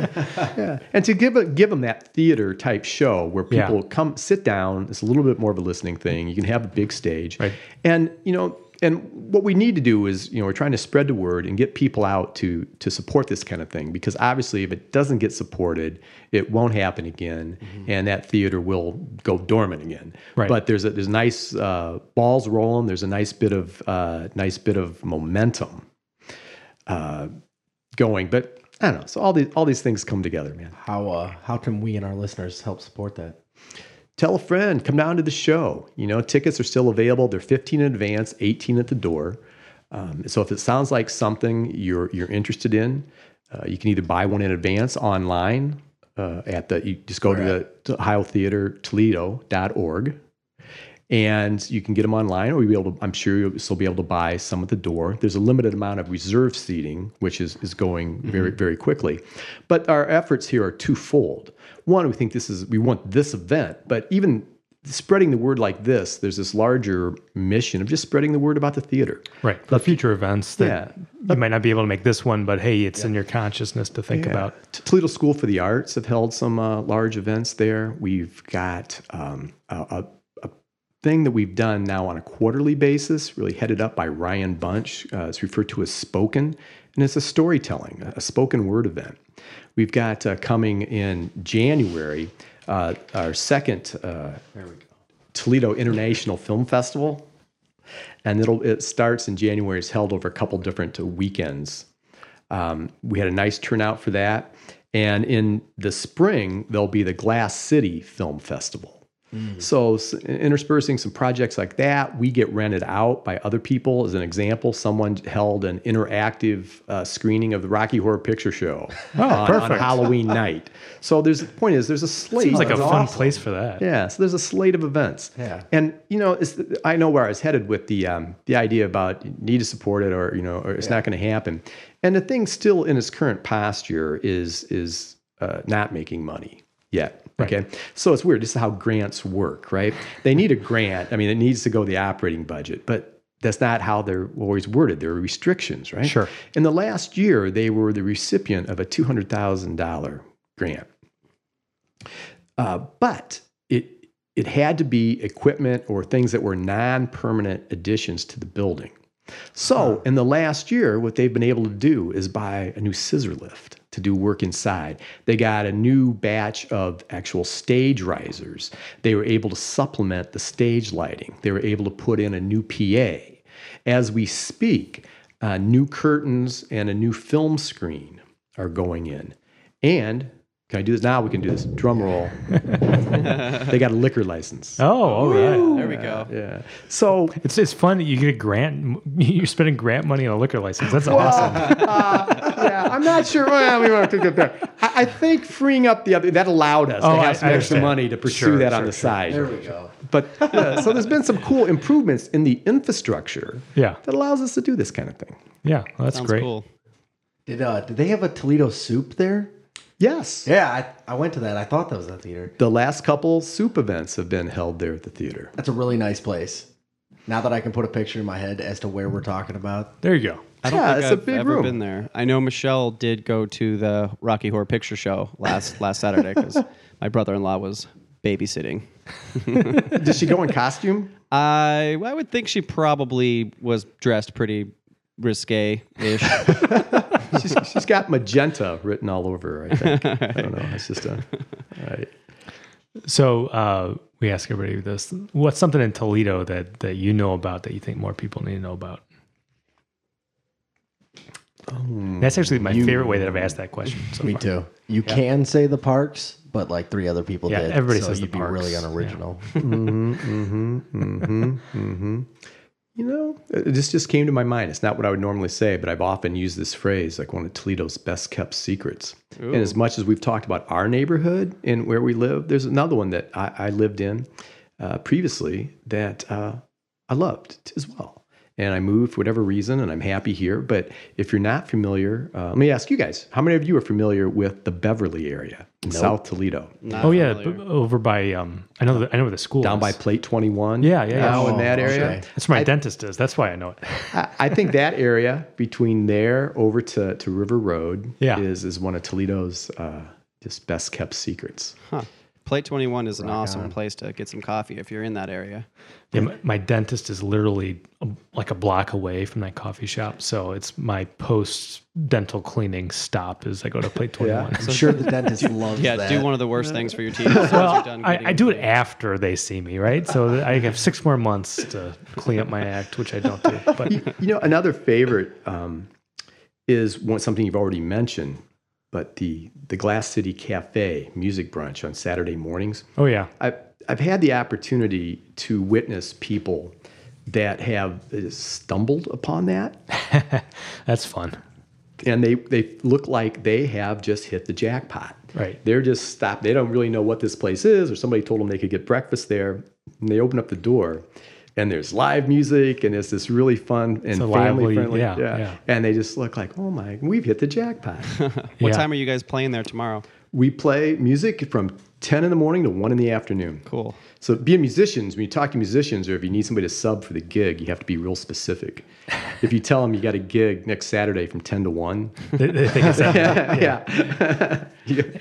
yeah. and to give a, give them that theater type show where
Yeah.
people come sit down, it's a little bit more of a listening thing. You can have a big stage,
Right.
and you know, and what we need to do is, you know, we're trying to spread the word and get people out to to support this kind of thing because obviously, if it doesn't get supported, it won't happen again, and that theater will go dormant again.
Mm-hmm. Right.
But there's a there's nice uh, balls rolling. There's a nice bit of uh, nice bit of momentum going. But I don't know. So all these all these things come together, man.
How uh, how can we and our listeners help support that?
Tell a friend, come down to the show. You know, tickets are still available. They're 15 in advance, 18 at the door. Um, so if it sounds like something you're you're interested in, uh, you can either buy one in advance online uh, at the you just go to the Ohio Theater Toledo.org and you can get them online or you'll be able to i'm sure you'll still be able to buy some at the door there's a limited amount of reserve seating which is, is going very very quickly but our efforts here are twofold one we think this is we want this event but even spreading the word like this there's this larger mission of just spreading the word about the theater
Right. For future events that
yeah
you might not be able to make this one, but hey, it's in your consciousness to think about.
T- Toledo School for the Arts have held some uh, large events there. We've got um, a, a, a thing that we've done now on a quarterly basis, really headed up by Ryan Bunch. Uh, it's referred to as Spoken, and it's a storytelling, a spoken word event. We've got uh, coming in January uh, our second uh, Toledo International Film Festival. And it'll, it starts in January. It's held over a couple different uh, weekends Um, we had a nice turnout for that. And in the spring, there'll be the Glass City Film Festival.
Mm.
So, s- interspersing some projects like that, we get rented out by other people. As an example, someone held an interactive uh, screening of the Rocky Horror Picture Show
Oh,
on, on Halloween night. So, there's the point is there's a slate.
Seems like a
of
fun place for that.
yeah, so there's a slate of events.
Yeah.
and you know, it's, I know where I was headed with the um, the idea about you need to support it or you know, or it's not going to happen. And the thing still in its current posture is is uh, not making money yet. Okay, so it's weird. This is how grants work, right? They need a grant. I mean, it needs to go to the operating budget, but that's not how they're always worded. There are restrictions, right?
Sure.
In the last year, they were the recipient of a two hundred thousand dollar grant. Uh, but it it had to be equipment or things that were non-permanent additions to the building. So in the last year, what they've been able to do is buy a new scissor lift to do work inside. They got a new batch of actual stage risers. They were able to supplement the stage lighting. They were able to put in a new PA. As we speak, uh, new curtains and a new film screen are going in. And can I do this now? We can do this. Drum roll. they got a liquor license.
Oh, all right.
There we go.
Yeah. So
It's, it's fun that you get a grant. You're spending grant money on a liquor license. That's awesome.
yeah, I'm not sure. Well, we want to cook up there. I, I think freeing up the other that allowed us
Oh,
to
I-
have some
I
extra
understand.
money to pursue
Sure,
that on
sure,
the
sure.
side.
we go.
But yeah, so there's been some cool improvements in the infrastructure
Yeah.
that allows us to do this kind of thing.
Yeah. well, that's
Sounds
great.
cool.
Did uh, did they have a Toledo soup there?
Yes.
Yeah, I, I went to that. I thought that was that theater.
The last couple soup events have been held there at the theater.
That's a really nice place. Now that I can put a picture in my head as to where we're talking about,
There you go.
I don't
Yeah,
think
it's a
I've
big
ever
room.
been there. I know Michelle did go to the Rocky Horror Picture Show last last Saturday because my brother-in-law was babysitting.
Did she go in costume?
I I would think she probably was dressed pretty risque ish.
She's, she's got magenta written all over her, I think. I don't know. It's just a. Right.
So uh, we ask everybody this: What's something in Toledo that that you know about that you think more people need to know about?
Hmm.
That's actually my favorite way that I've asked that question. So
me
far.
too. You can say the parks, but like three other people
Yeah,
did.
everybody
so
says the
you'd be
parks.
really
Yeah.
unoriginal.
Mm-hmm, you know, it just just came to my mind. It's not what I would normally say, but I've often used this phrase like one of Toledo's best kept secrets. And as much as we've talked about our neighborhood and where we live, there's another one that I, I lived in uh, previously that uh, I loved as well. And I moved for whatever reason, and I'm happy here. But if you're not familiar, uh, let me ask you guys: How many of you are familiar with the Beverly area in South Toledo,
Not
Oh yeah, b-
familiar.
over by um, I know the, I know where the school
down
is.
by Plate Twenty One?
Yeah, yeah, yeah.
Now in that
Oh,
area.
okay.
That's where my dentist is. That's why I know it.
I- I think that area between there over to, to River Road
Yeah.
is is one of Toledo's uh, just best kept secrets.
Plate 21 is an awesome place to get some coffee if you're in that area.
Yeah, my, my dentist is literally um, like a block away from that coffee shop, so it's my post dental cleaning stop as I go to plate twenty one.
I'm sure the dentist loves
Yeah,
that.
do one of the worst things for your teeth. as soon as
Well,
you're done getting
I, I
your
do it
clean.
after they see me, right? So that I have six more months to clean up my act, which I don't do. But
You know, another favorite um, is one, something you've already mentioned, but the the Glass City Cafe music brunch on Saturday mornings.
oh yeah,
I've, I've had the opportunity to witness people that have uh, stumbled upon that
that's fun.
and they they look like they have just hit the jackpot.
Right.
They're just stopped. They don't really know what this place is, or somebody told them they could get breakfast there. And they open up the door, and there's live music, and it's this really fun and
a
family
lively-
friendly.
yeah, yeah.
And they just look like, oh my, we've hit the jackpot.
What
Yeah.
time are you guys playing there tomorrow?
we play music from 10 in the morning to 1 in the afternoon.
Cool.
So being musicians, when you talk to musicians or if you need somebody to sub for the gig, you have to be real specific. if you tell them you got a gig next Saturday from 10 to 1,
They, they think it's that,
yeah.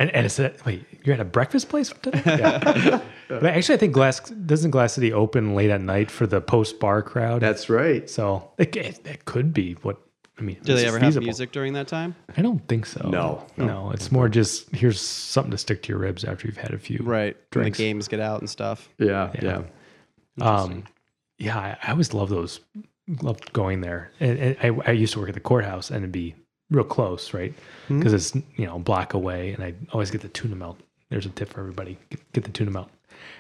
and, and it's that. Wait, you're at a breakfast place today? Yeah. But actually, I think Glass doesn't Glass City open late at night for the post bar crowd.
That's right.
so it, it, that could be what I mean.
Do
this
they
is
ever
feasible.
have music during that time?
I don't think so.
No,
no, it's more just here's something to stick to your ribs after you've had a few.
Right. When the games get out and stuff.
Yeah, yeah.
Um, yeah, I, I always love those. Loved going there, and, and I, I used to work at the courthouse, and it'd be real close, right? Because it's you know a block away, and I always get the tuna melt. There's a tip for everybody: get, get the tuna melt.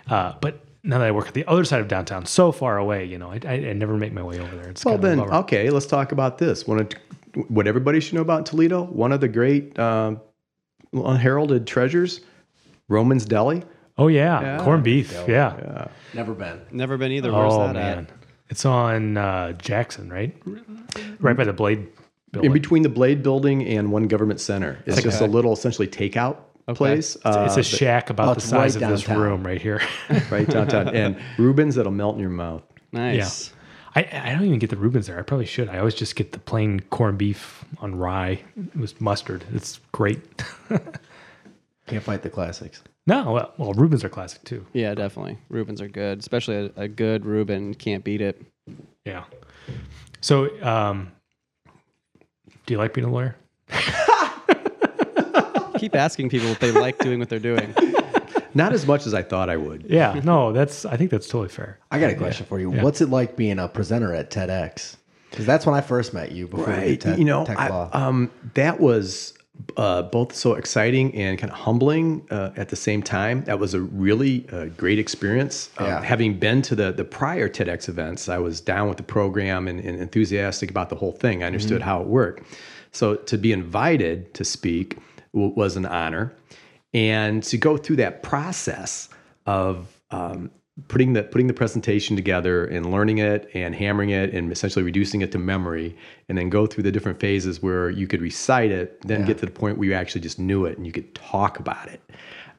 Uh, but now that I work at the other side of downtown, so far away, you know, I, I, I never make my way over there. It's
Well,
kind of a
then,
bummer.
okay, let's talk about this. One of what everybody should know about Toledo, one of the great um, unheralded treasures, Roman's Deli.
oh yeah, corned beef, yeah.
Never been.
Never been either. Where's
Oh
that at?
man, it's on uh, Jackson, right? Right by the Blade. Building.
In between the Blade Building and One Government Center, it's just a little essally takeout place. Uh,
it's a shack about the
it's
size
right
of this
downtown.
room right here.
right downtown, and Rubens that'll melt in your mouth.
Nice.
I, I don't even get the Rubens there. I probably should. I always just get the plain corned beef on rye with mustard. It's great.
Can't fight the classics.
no, well, well, Rubens are classic too.
Yeah, definitely. Rubens are good, especially a, a good Reuben. Can't beat it.
Yeah. So, um, do you like being a lawyer?
Keep asking people if they like doing what they're doing.
Not as much as I thought I would.
Yeah. No, that's. I think that's totally fair.
I got a question for you. What's it like being a presenter at TEDx? Because that's when I first met you before we did
Right.
tech,
you know,
tech
I-
law.
um, that was uh, both so exciting and kind of humbling uh, at the same time. That was a really uh, great experience. Um,
Yeah.
Having been to the the prior TEDx events, I was down with the program and, and enthusiastic about the whole thing. I understood
Mm-hmm.
how it worked. So to be invited to speak w- was an honor, and to go through that process of um, putting the putting the presentation together and learning it and hammering it and essentially reducing it to memory and then go through the different phases where you could recite it then get to the point where you actually just knew it and you could talk about it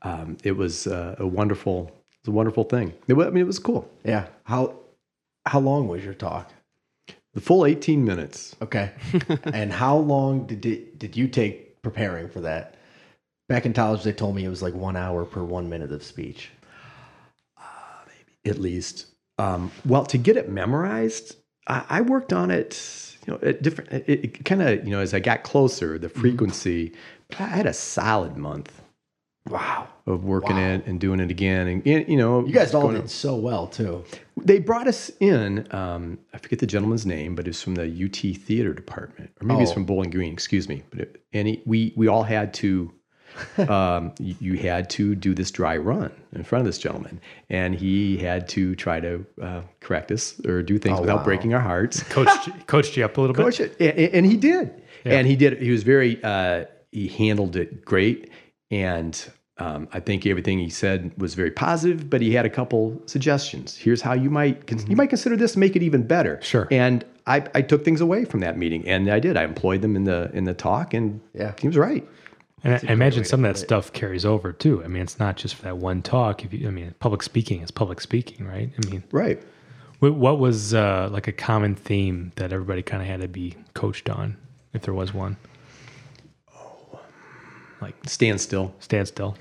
um, it was uh, a wonderful it was a wonderful thing it wa- i mean it was cool
yeah. How how long was your talk?
the full 18 minutes
Okay. and how long did it, did you take preparing for that? Back in college, they told me it was like one hour per one minute of speech.
at least um, well to get it memorized i, I worked on it you know at different it, it kind of you know as i got closer
Mm-hmm.
the frequency but i had a solid month
Wow.
of working it and doing it again. And, and, you know,
You guys all
going-
did so well too.
They brought us in. Um, I forget the gentleman's name, but it was from the UT theater department, or maybe it's
Oh.
from Bowling Green. Excuse me. But it, and he, we we all had to. um, y- you had to do this dry run in front of this gentleman, and he had to try to uh, correct us or do things without breaking our hearts.
Coached, coached you up a little bit.
Coach it, A- a- and he did, and he did. He was very. Uh, he handled it great, and um, I think everything he said was very positive. But he had a couple suggestions. Here's how you might con- you might consider this, make it even better.
Sure.
And I, I took things away from that meeting, and I did. I employed them in the in the talk, and
Yeah.
he was right.
And I, I imagine some of that stuff carries over too. I mean, it's not just for that one talk. If you, I mean, public speaking is public speaking, right? I mean,
Right.
wh- what was uh, like a common theme that everybody kind of had to be coached on, if there was one?
Stand still.
Stand still.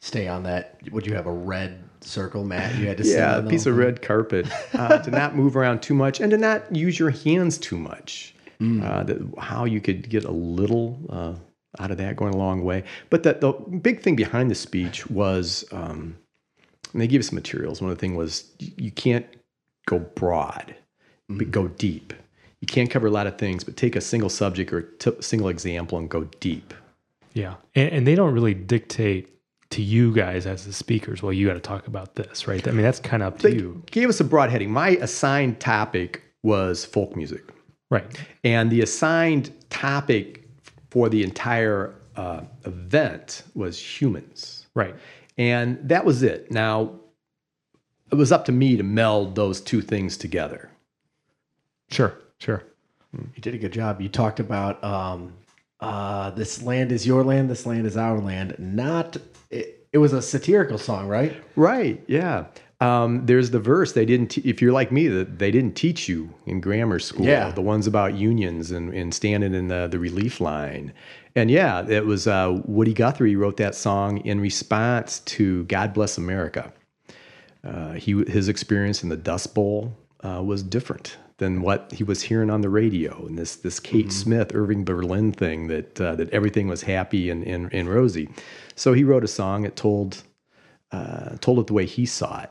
Stay on that. Would you have a red circle, Matt? You had to
Yeah,
stand
a
on
piece
the
of
whole thing?
red carpet. Uh, to not move around too much and to not use your hands too much. Uh, that, how you could get a little uh, out of that going a long way. But the, the big thing behind the speech was, um, and they gave us materials. One of the thing was y- you can't go broad, but go deep. You can't cover a lot of things, but take a single subject or t- single example and go deep.
Yeah. And, and they don't really dictate to you guys as the speakers, well, you got to talk about this, right? I mean, that's kind of up to
They
you.
gave us a broad heading. My assigned topic was folk music.
Right.
And the assigned topic for the entire uh, event was humans.
Right.
And that was it. Now, it was up to me to meld those two things together.
Sure. Sure.
You did a good job. You talked about um, uh, this land is your land, this land is our land. Not it, it was a satirical song, right?
Right. Yeah. Um, there's the verse they didn't. Te- if you're like me, that they didn't teach you in grammar school.
Yeah.
The ones about unions and, and standing in the, the relief line, and yeah, it was uh, Woody Guthrie wrote that song in response to "God Bless America." Uh, he his experience in the Dust Bowl uh, was different than what he was hearing on the radio, and this this Kate Smith Irving Berlin thing that uh, that everything was happy and, and and rosy. So he wrote a song. It told uh, told it the way he saw it.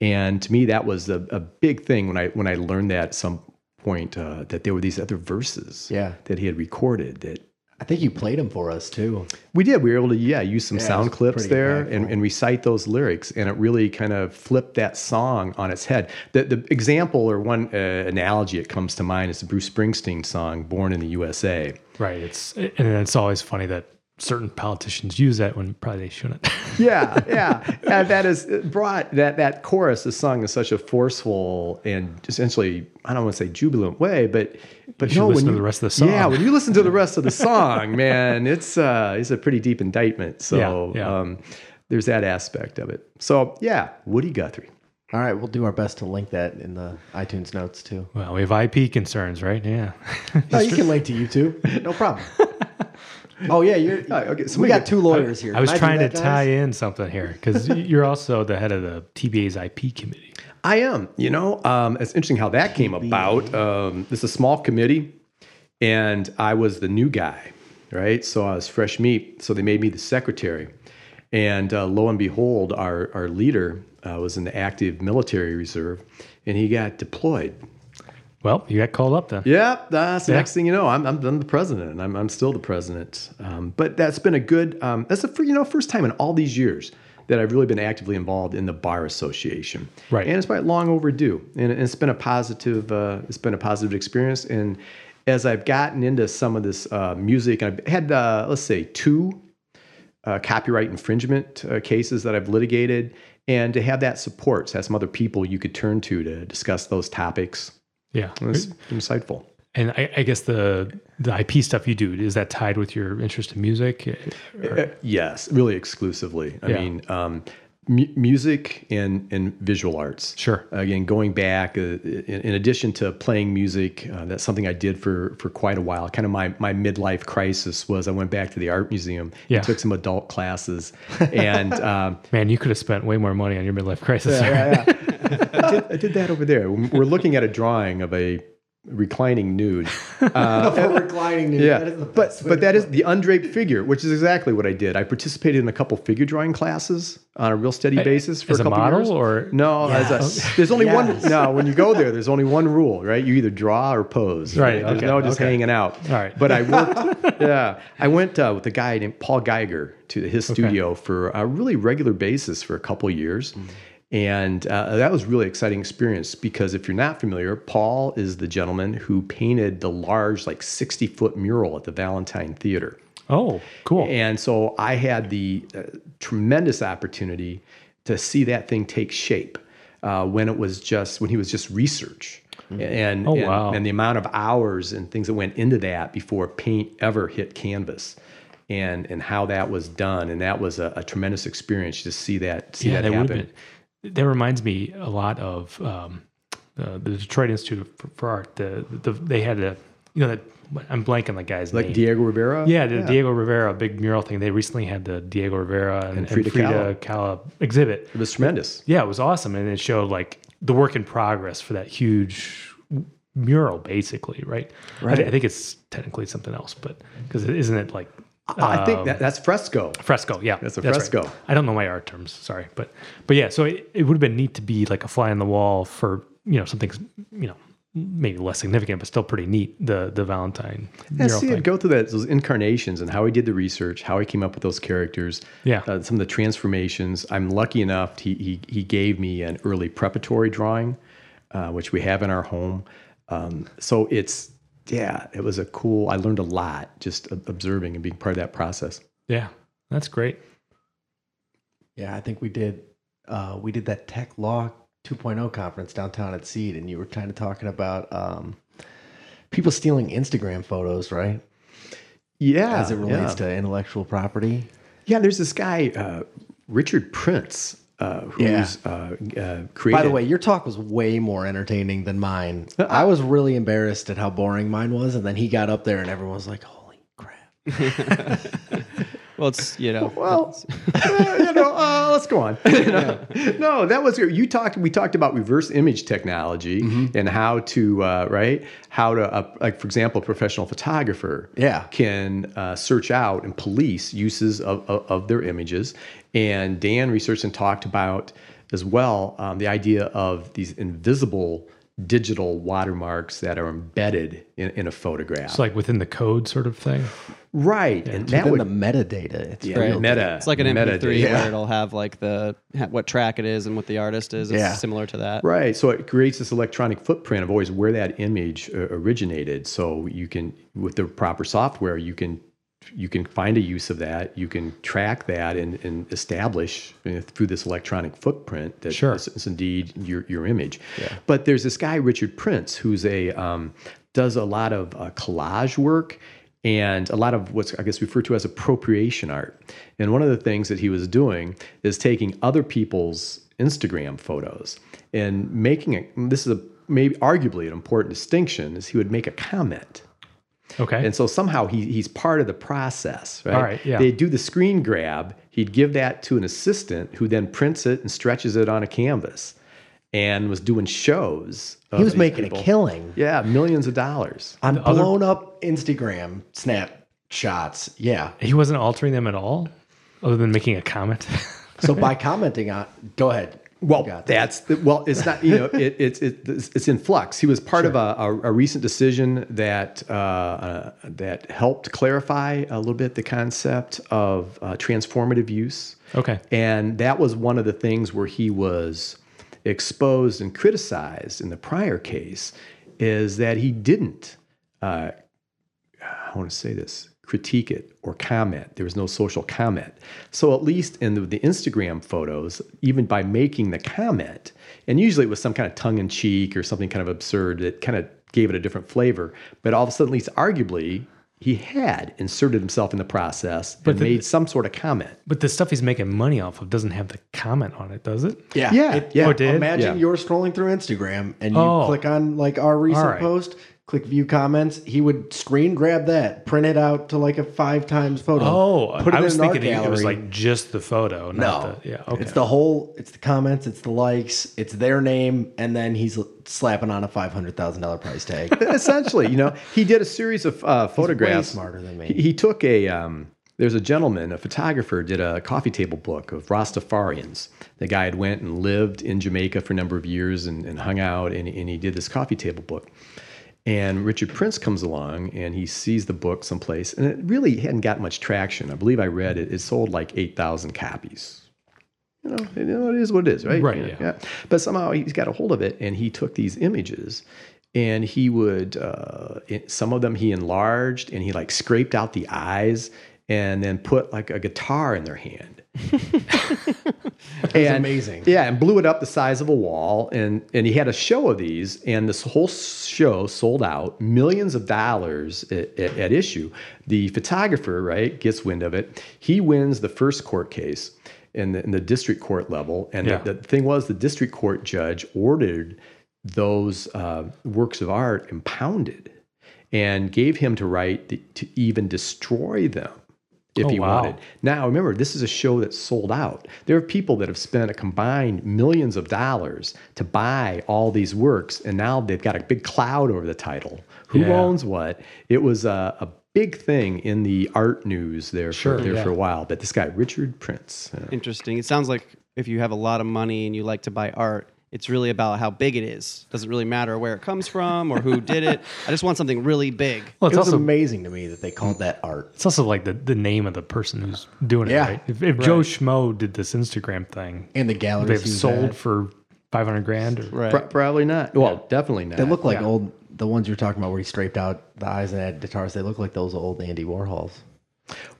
And to me, that was a, a big thing when I when I learned that at some point uh, that there were these other verses
Yeah.
that he had recorded that
I think you played them for us too.
we did. We were able to yeah use some
Yeah,
sound
it's
clips
pretty
there
impactful.
and, and recite those lyrics, and it really kind of flipped that song on its head. The the example or one uh, analogy that comes to mind is the Bruce Springsteen song "Born in the USA."
Right. It's, and it's always funny that certain politicians use that when probably they shouldn't.
yeah, yeah. And that is it brought that that chorus is sung in such a forceful and essentially I don't want to say jubilant way, but but
You should
no,
listen
when
to
you-
the rest of the song.
Yeah, when you listen to the rest of the song, man, it's uh it's a pretty deep indictment. So
Yeah, yeah.
um there's that aspect of it. So yeah, Woody Guthrie.
All right, we'll do our best to link that in the iTunes notes too.
well, we have IP concerns, right? Yeah.
No, you can link to you too. No problem. oh yeah, you're.
All right, okay, so
we
maybe-
got two lawyers here.
I was
Can do
trying
that,
to
guys?
tie in something here because you're also the head of the TBA's IP committee.
I am. You know, um, it's interesting how that came about. Um, this is a small committee, and I was the new guy, right? So I was fresh meat. So they made me the secretary. And uh, lo and behold, our, our leader uh, was in the active military reserve, and he got deployed.
Well, you got called up then.
Yep, that's the
Yeah.
next thing you know. I'm, I'm, I'm the president, and I'm, I'm still the president. Um, but that's been a good. Um, that's the fir- you know first time in all these years that I've really been actively involved in the bar association.
Right.
and it's quite long overdue, and, it- it's been a positive. Uh, it's been a positive experience, and as I've gotten into some of this uh, music, I've had uh, let's say two uh, copyright infringement uh, cases that I've litigated, and to have that support, so have some other people you could turn to to discuss those topics.
Yeah.
It's insightful.
And I, I guess the the IP stuff you do is that tied with your interest in music? Uh, Or-
Uh, Yes, really exclusively. I
Yeah.
mean, um, mu- music and and visual arts.
Sure.
Again, going back, uh, in, in addition to playing music, uh, that's something I did for for quite a while. Kind of my my midlife crisis was I went back to the art museum,
Yeah.
and took some adult classes, and um,
Man, you could have spent way more money on your midlife crisis.
I did that over there. We're looking at a drawing of a reclining nude.
For reclining nude.
Yeah,
That is the
but
best way
but
to
that
put
is the undraped figure, which is exactly what I did. I participated in a couple figure drawing classes on a real steady basis for
as
a
a
couple
model
years.
or
no, as
Yes.
a, there's only
Yes.
one. No, when you go there, there's only one rule, right? You either draw or pose.
Right,
There's
okay,
no just
okay.
hanging out.
All right.
But I worked. yeah, I went uh, with a guy named Paul Geiger to his studio for a really regular basis for a couple years.
Mm.
And uh, that was a really exciting experience because if you're not familiar, Paul is the gentleman who painted the large, like 60 foot mural at the Valentine Theater.
oh cool
And so I had the uh, tremendous opportunity to see that thing take shape uh, when it was just when he was just research. And,
Oh,
and,
wow.
and the amount of hours and things that went into that before paint ever hit canvas and and how that was done. And that was a, a tremendous experience to see that see that
yeah that would
happen.
have been that reminds me a lot of um, uh, the Detroit Institute for, for Art the, the they had a you know that I'm blanking the guy's
like
name
Diego Rivera?
Yeah, the Diego Rivera big mural thing. They recently had the Diego Rivera and, and
Frida
Frida, Kahlo. exhibit.
It was tremendous.
Yeah, it was awesome, and it showed like the work in progress for that huge mural, basically, right? Right. I, thi- I think it's technically something else, but because isn't it like um,
I think that, that's fresco.
fresco? Yeah,
That's a
right.
fresco.
I don't know my art terms, sorry, but but yeah, so it, it would have been neat to be like a fly on the wall for you know something you know maybe less significant, but still pretty neat. The the Valentine
Yeah,
mural
see
thing.
it go through that, those incarnations and how he did the research, how he came up with those characters.
Yeah.
uh, some of the transformations. I'm lucky enough he he, he gave me an early preparatory drawing, uh, which we have in our home. Um, so it's yeah, it was a cool. I learned a lot just ob- observing and being part of that process.
Yeah, that's great.
Yeah, I think we did. Uh, we did that Tech Law 2.0 conference downtown at Seed, and you were kind of talking about um, people stealing Instagram photos, right?
Yeah,
As it relates
yeah.
to intellectual property.
yeah. There's this guy uh, Richard Prince uh, who's uh, uh, created.
By the way, your talk was way more entertaining than mine.
Uh,
I was really embarrassed at how boring mine was, and then he got up there, and everyone was like, "Holy crap!"
Well, it's you know.
Well, uh, you know, uh, let's go on. no, that was you talked. We talked about reverse image technology and how to uh, right, how to uh, like for example, a professional photographer
Yeah.
can uh, search out and police uses of, of, of their images. And Dan researched and talked about as well um, the idea of these invisible digital watermarks that are embedded in, in a photograph.
It's like within the code sort of thing.
right, and that
Then
would
the metadata. It's
yeah,
real
meta.
It's like an MP3
metadata.
where it'll have like the ha- what track it is and what the artist is. It's
Yeah.
similar to that.
Right. So it creates this electronic footprint of always where that image uh, originated. So you can, with the proper software, you can you can find a use of that. You can track that and, and establish you know, through this electronic footprint that
Sure.
this is indeed your your image. But there's this guy Richard Prince who's a um, does a lot of uh, collage work and a lot of what's I guess referred to as appropriation art. And one of the things that he was doing is taking other people's Instagram photos and making it. This is a maybe arguably an important distinction is he would make a comment.
Okay.
And so somehow he, he's part of the process, right?
All right, yeah.
They do the screen grab. He'd give that to an assistant who then prints it and stretches it on a canvas and was doing shows. of
He was
these
making
people.
a killing
Yeah, millions of dollars.
on blown up Instagram snapshots. Yeah.
he wasn't altering them at all, other than making a comment.
So by commenting on, go ahead.
Well,
You got that.
that's the, well. It's not you know. It, it's it, it's it's in flux. He was part of a, a, a recent decision that uh, uh, that helped clarify a little bit the concept of uh, transformative use.
okay.
And that was one of the things where he was exposed and criticized in the prior case is that he didn't, uh, I want to say this, critique it or comment. There was no social comment. So, at least in the, the Instagram photos, even by making the comment, and usually it was some kind of tongue in cheek or something kind of absurd that kind of gave it a different flavor. But all of a sudden, at least arguably, he had inserted himself in the process and made some sort of comment.
But the stuff he's making money off of doesn't have the comment on it, does it?
Yeah.
Yeah,
It-
yeah.
Oh, it did?
Imagine
Yeah.
you're scrolling through Instagram and you
Oh.
click on like our recent
All right.
post. click view comments. He would screen grab that, print it out to like a five times photo.
Oh,
Put it
I
in
was
an art
thinking it- it was
gallery.
like just the photo. Not
No.
the, yeah, okay.
It's the whole, it's the comments, it's the likes, it's their name, and then he's slapping on a five hundred thousand dollar price tag.
Essentially, you know, he did a series of uh, photographs.
smarter than me.
He, he took a. Um, there's a gentleman, a photographer, did a coffee table book of Rastafarians. The guy had went and lived in Jamaica for a number of years and, and hung out, and, and he did this coffee table book. And Richard Prince comes along and he sees the book someplace, and it really hadn't got much traction. I believe I read it; it sold like eight thousand copies. You know, you know, it is what it is, right?
Right,
You know,
yeah.
But somehow he's got a hold of it, and he took these images, and he would uh, it, some of them he enlarged, and he like scraped out the eyes, and then put like a guitar in their hand. and,
amazing.
Yeah, and blew it up the size of a wall, and and he had a show of these, and this whole show sold out, millions of dollars at, at, at issue. The photographer, right, gets wind of it. He wins the first court case in the, in the district court level, and
Yeah.
the, the thing was, the district court judge ordered those uh, works of art impounded, and gave him to right to, to even destroy them if
Oh,
he
wow.
wanted. Now, remember, this is a show that's sold out. There are people that have spent a combined millions of dollars to buy all these works, and now they've got a big cloud over the title. Who
Yeah.
owns what? It was a, a big thing in the art news there,
Sure,
for, there
yeah.
for a while. But this guy, Richard uh, Prince, you know,
Interesting. It sounds like if you have a lot of money and you like to buy art, it's really about how big it is. Doesn't really matter where it comes from or who did it. I just want something really big.
well,
It
it's
was
also
amazing to me that they called that art.
it's also like the, the name of the person who's doing
Yeah.
it, right? If, if Joe Schmo did this Instagram thing,
And the gallery
they've sold for five hundred grand. Or,
Right.
Pro- probably not. Well, definitely not.
They look like old the ones you're talking about where he straight out the eyes and had guitars. They look like those old Andy Warhols.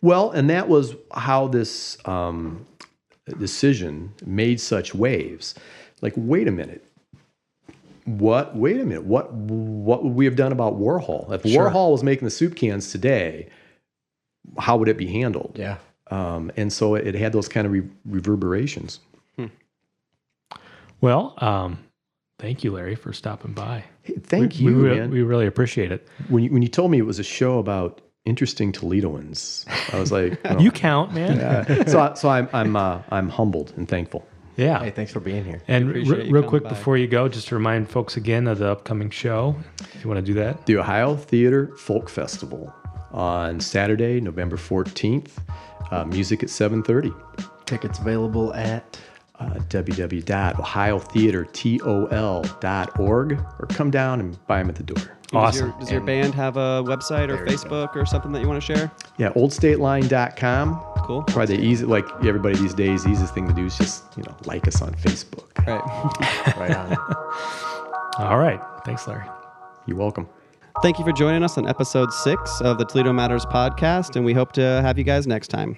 Well, and that was how this um, decision made such waves. Like, wait a minute. What? Wait a minute. What? What would we have done about Warhol? If Warhol was making the soup cans today, how would it be handled?
Yeah,
Um, and so it had those kind of re- reverberations.
Well, um, thank you, Larry, for stopping by.
Hey, thank
we,
you,
we, re-
man.
we really appreciate it.
when you when you told me it was a show about interesting Toledoans, I was like, oh.
You count, man. Yeah.
so I, so I'm I'm uh, I'm humbled and thankful.
hey, thanks for being here.
And
appreciate
re-
you
real
coming
quick
by.
before you go, just to remind folks again of the upcoming show, if you want to do that.
the Ohio Theater Folk Festival on Saturday, November 14th. Uh, music at 7.30.
Tickets available at
Uh, www.ohiotheatertol.org or come down and buy them at the door.
Awesome.
Does your, does your band have a website or Facebook or something that you want to share?
Yeah, oldstateline.com.
Cool.
Probably the easy, like everybody these days, easiest thing to do is just, you know, like us on Facebook.
Right.
right on.
All right. Thanks, Larry.
You're welcome.
Thank you for joining us on episode six of the Toledo Matters podcast, and we hope to have you guys next time.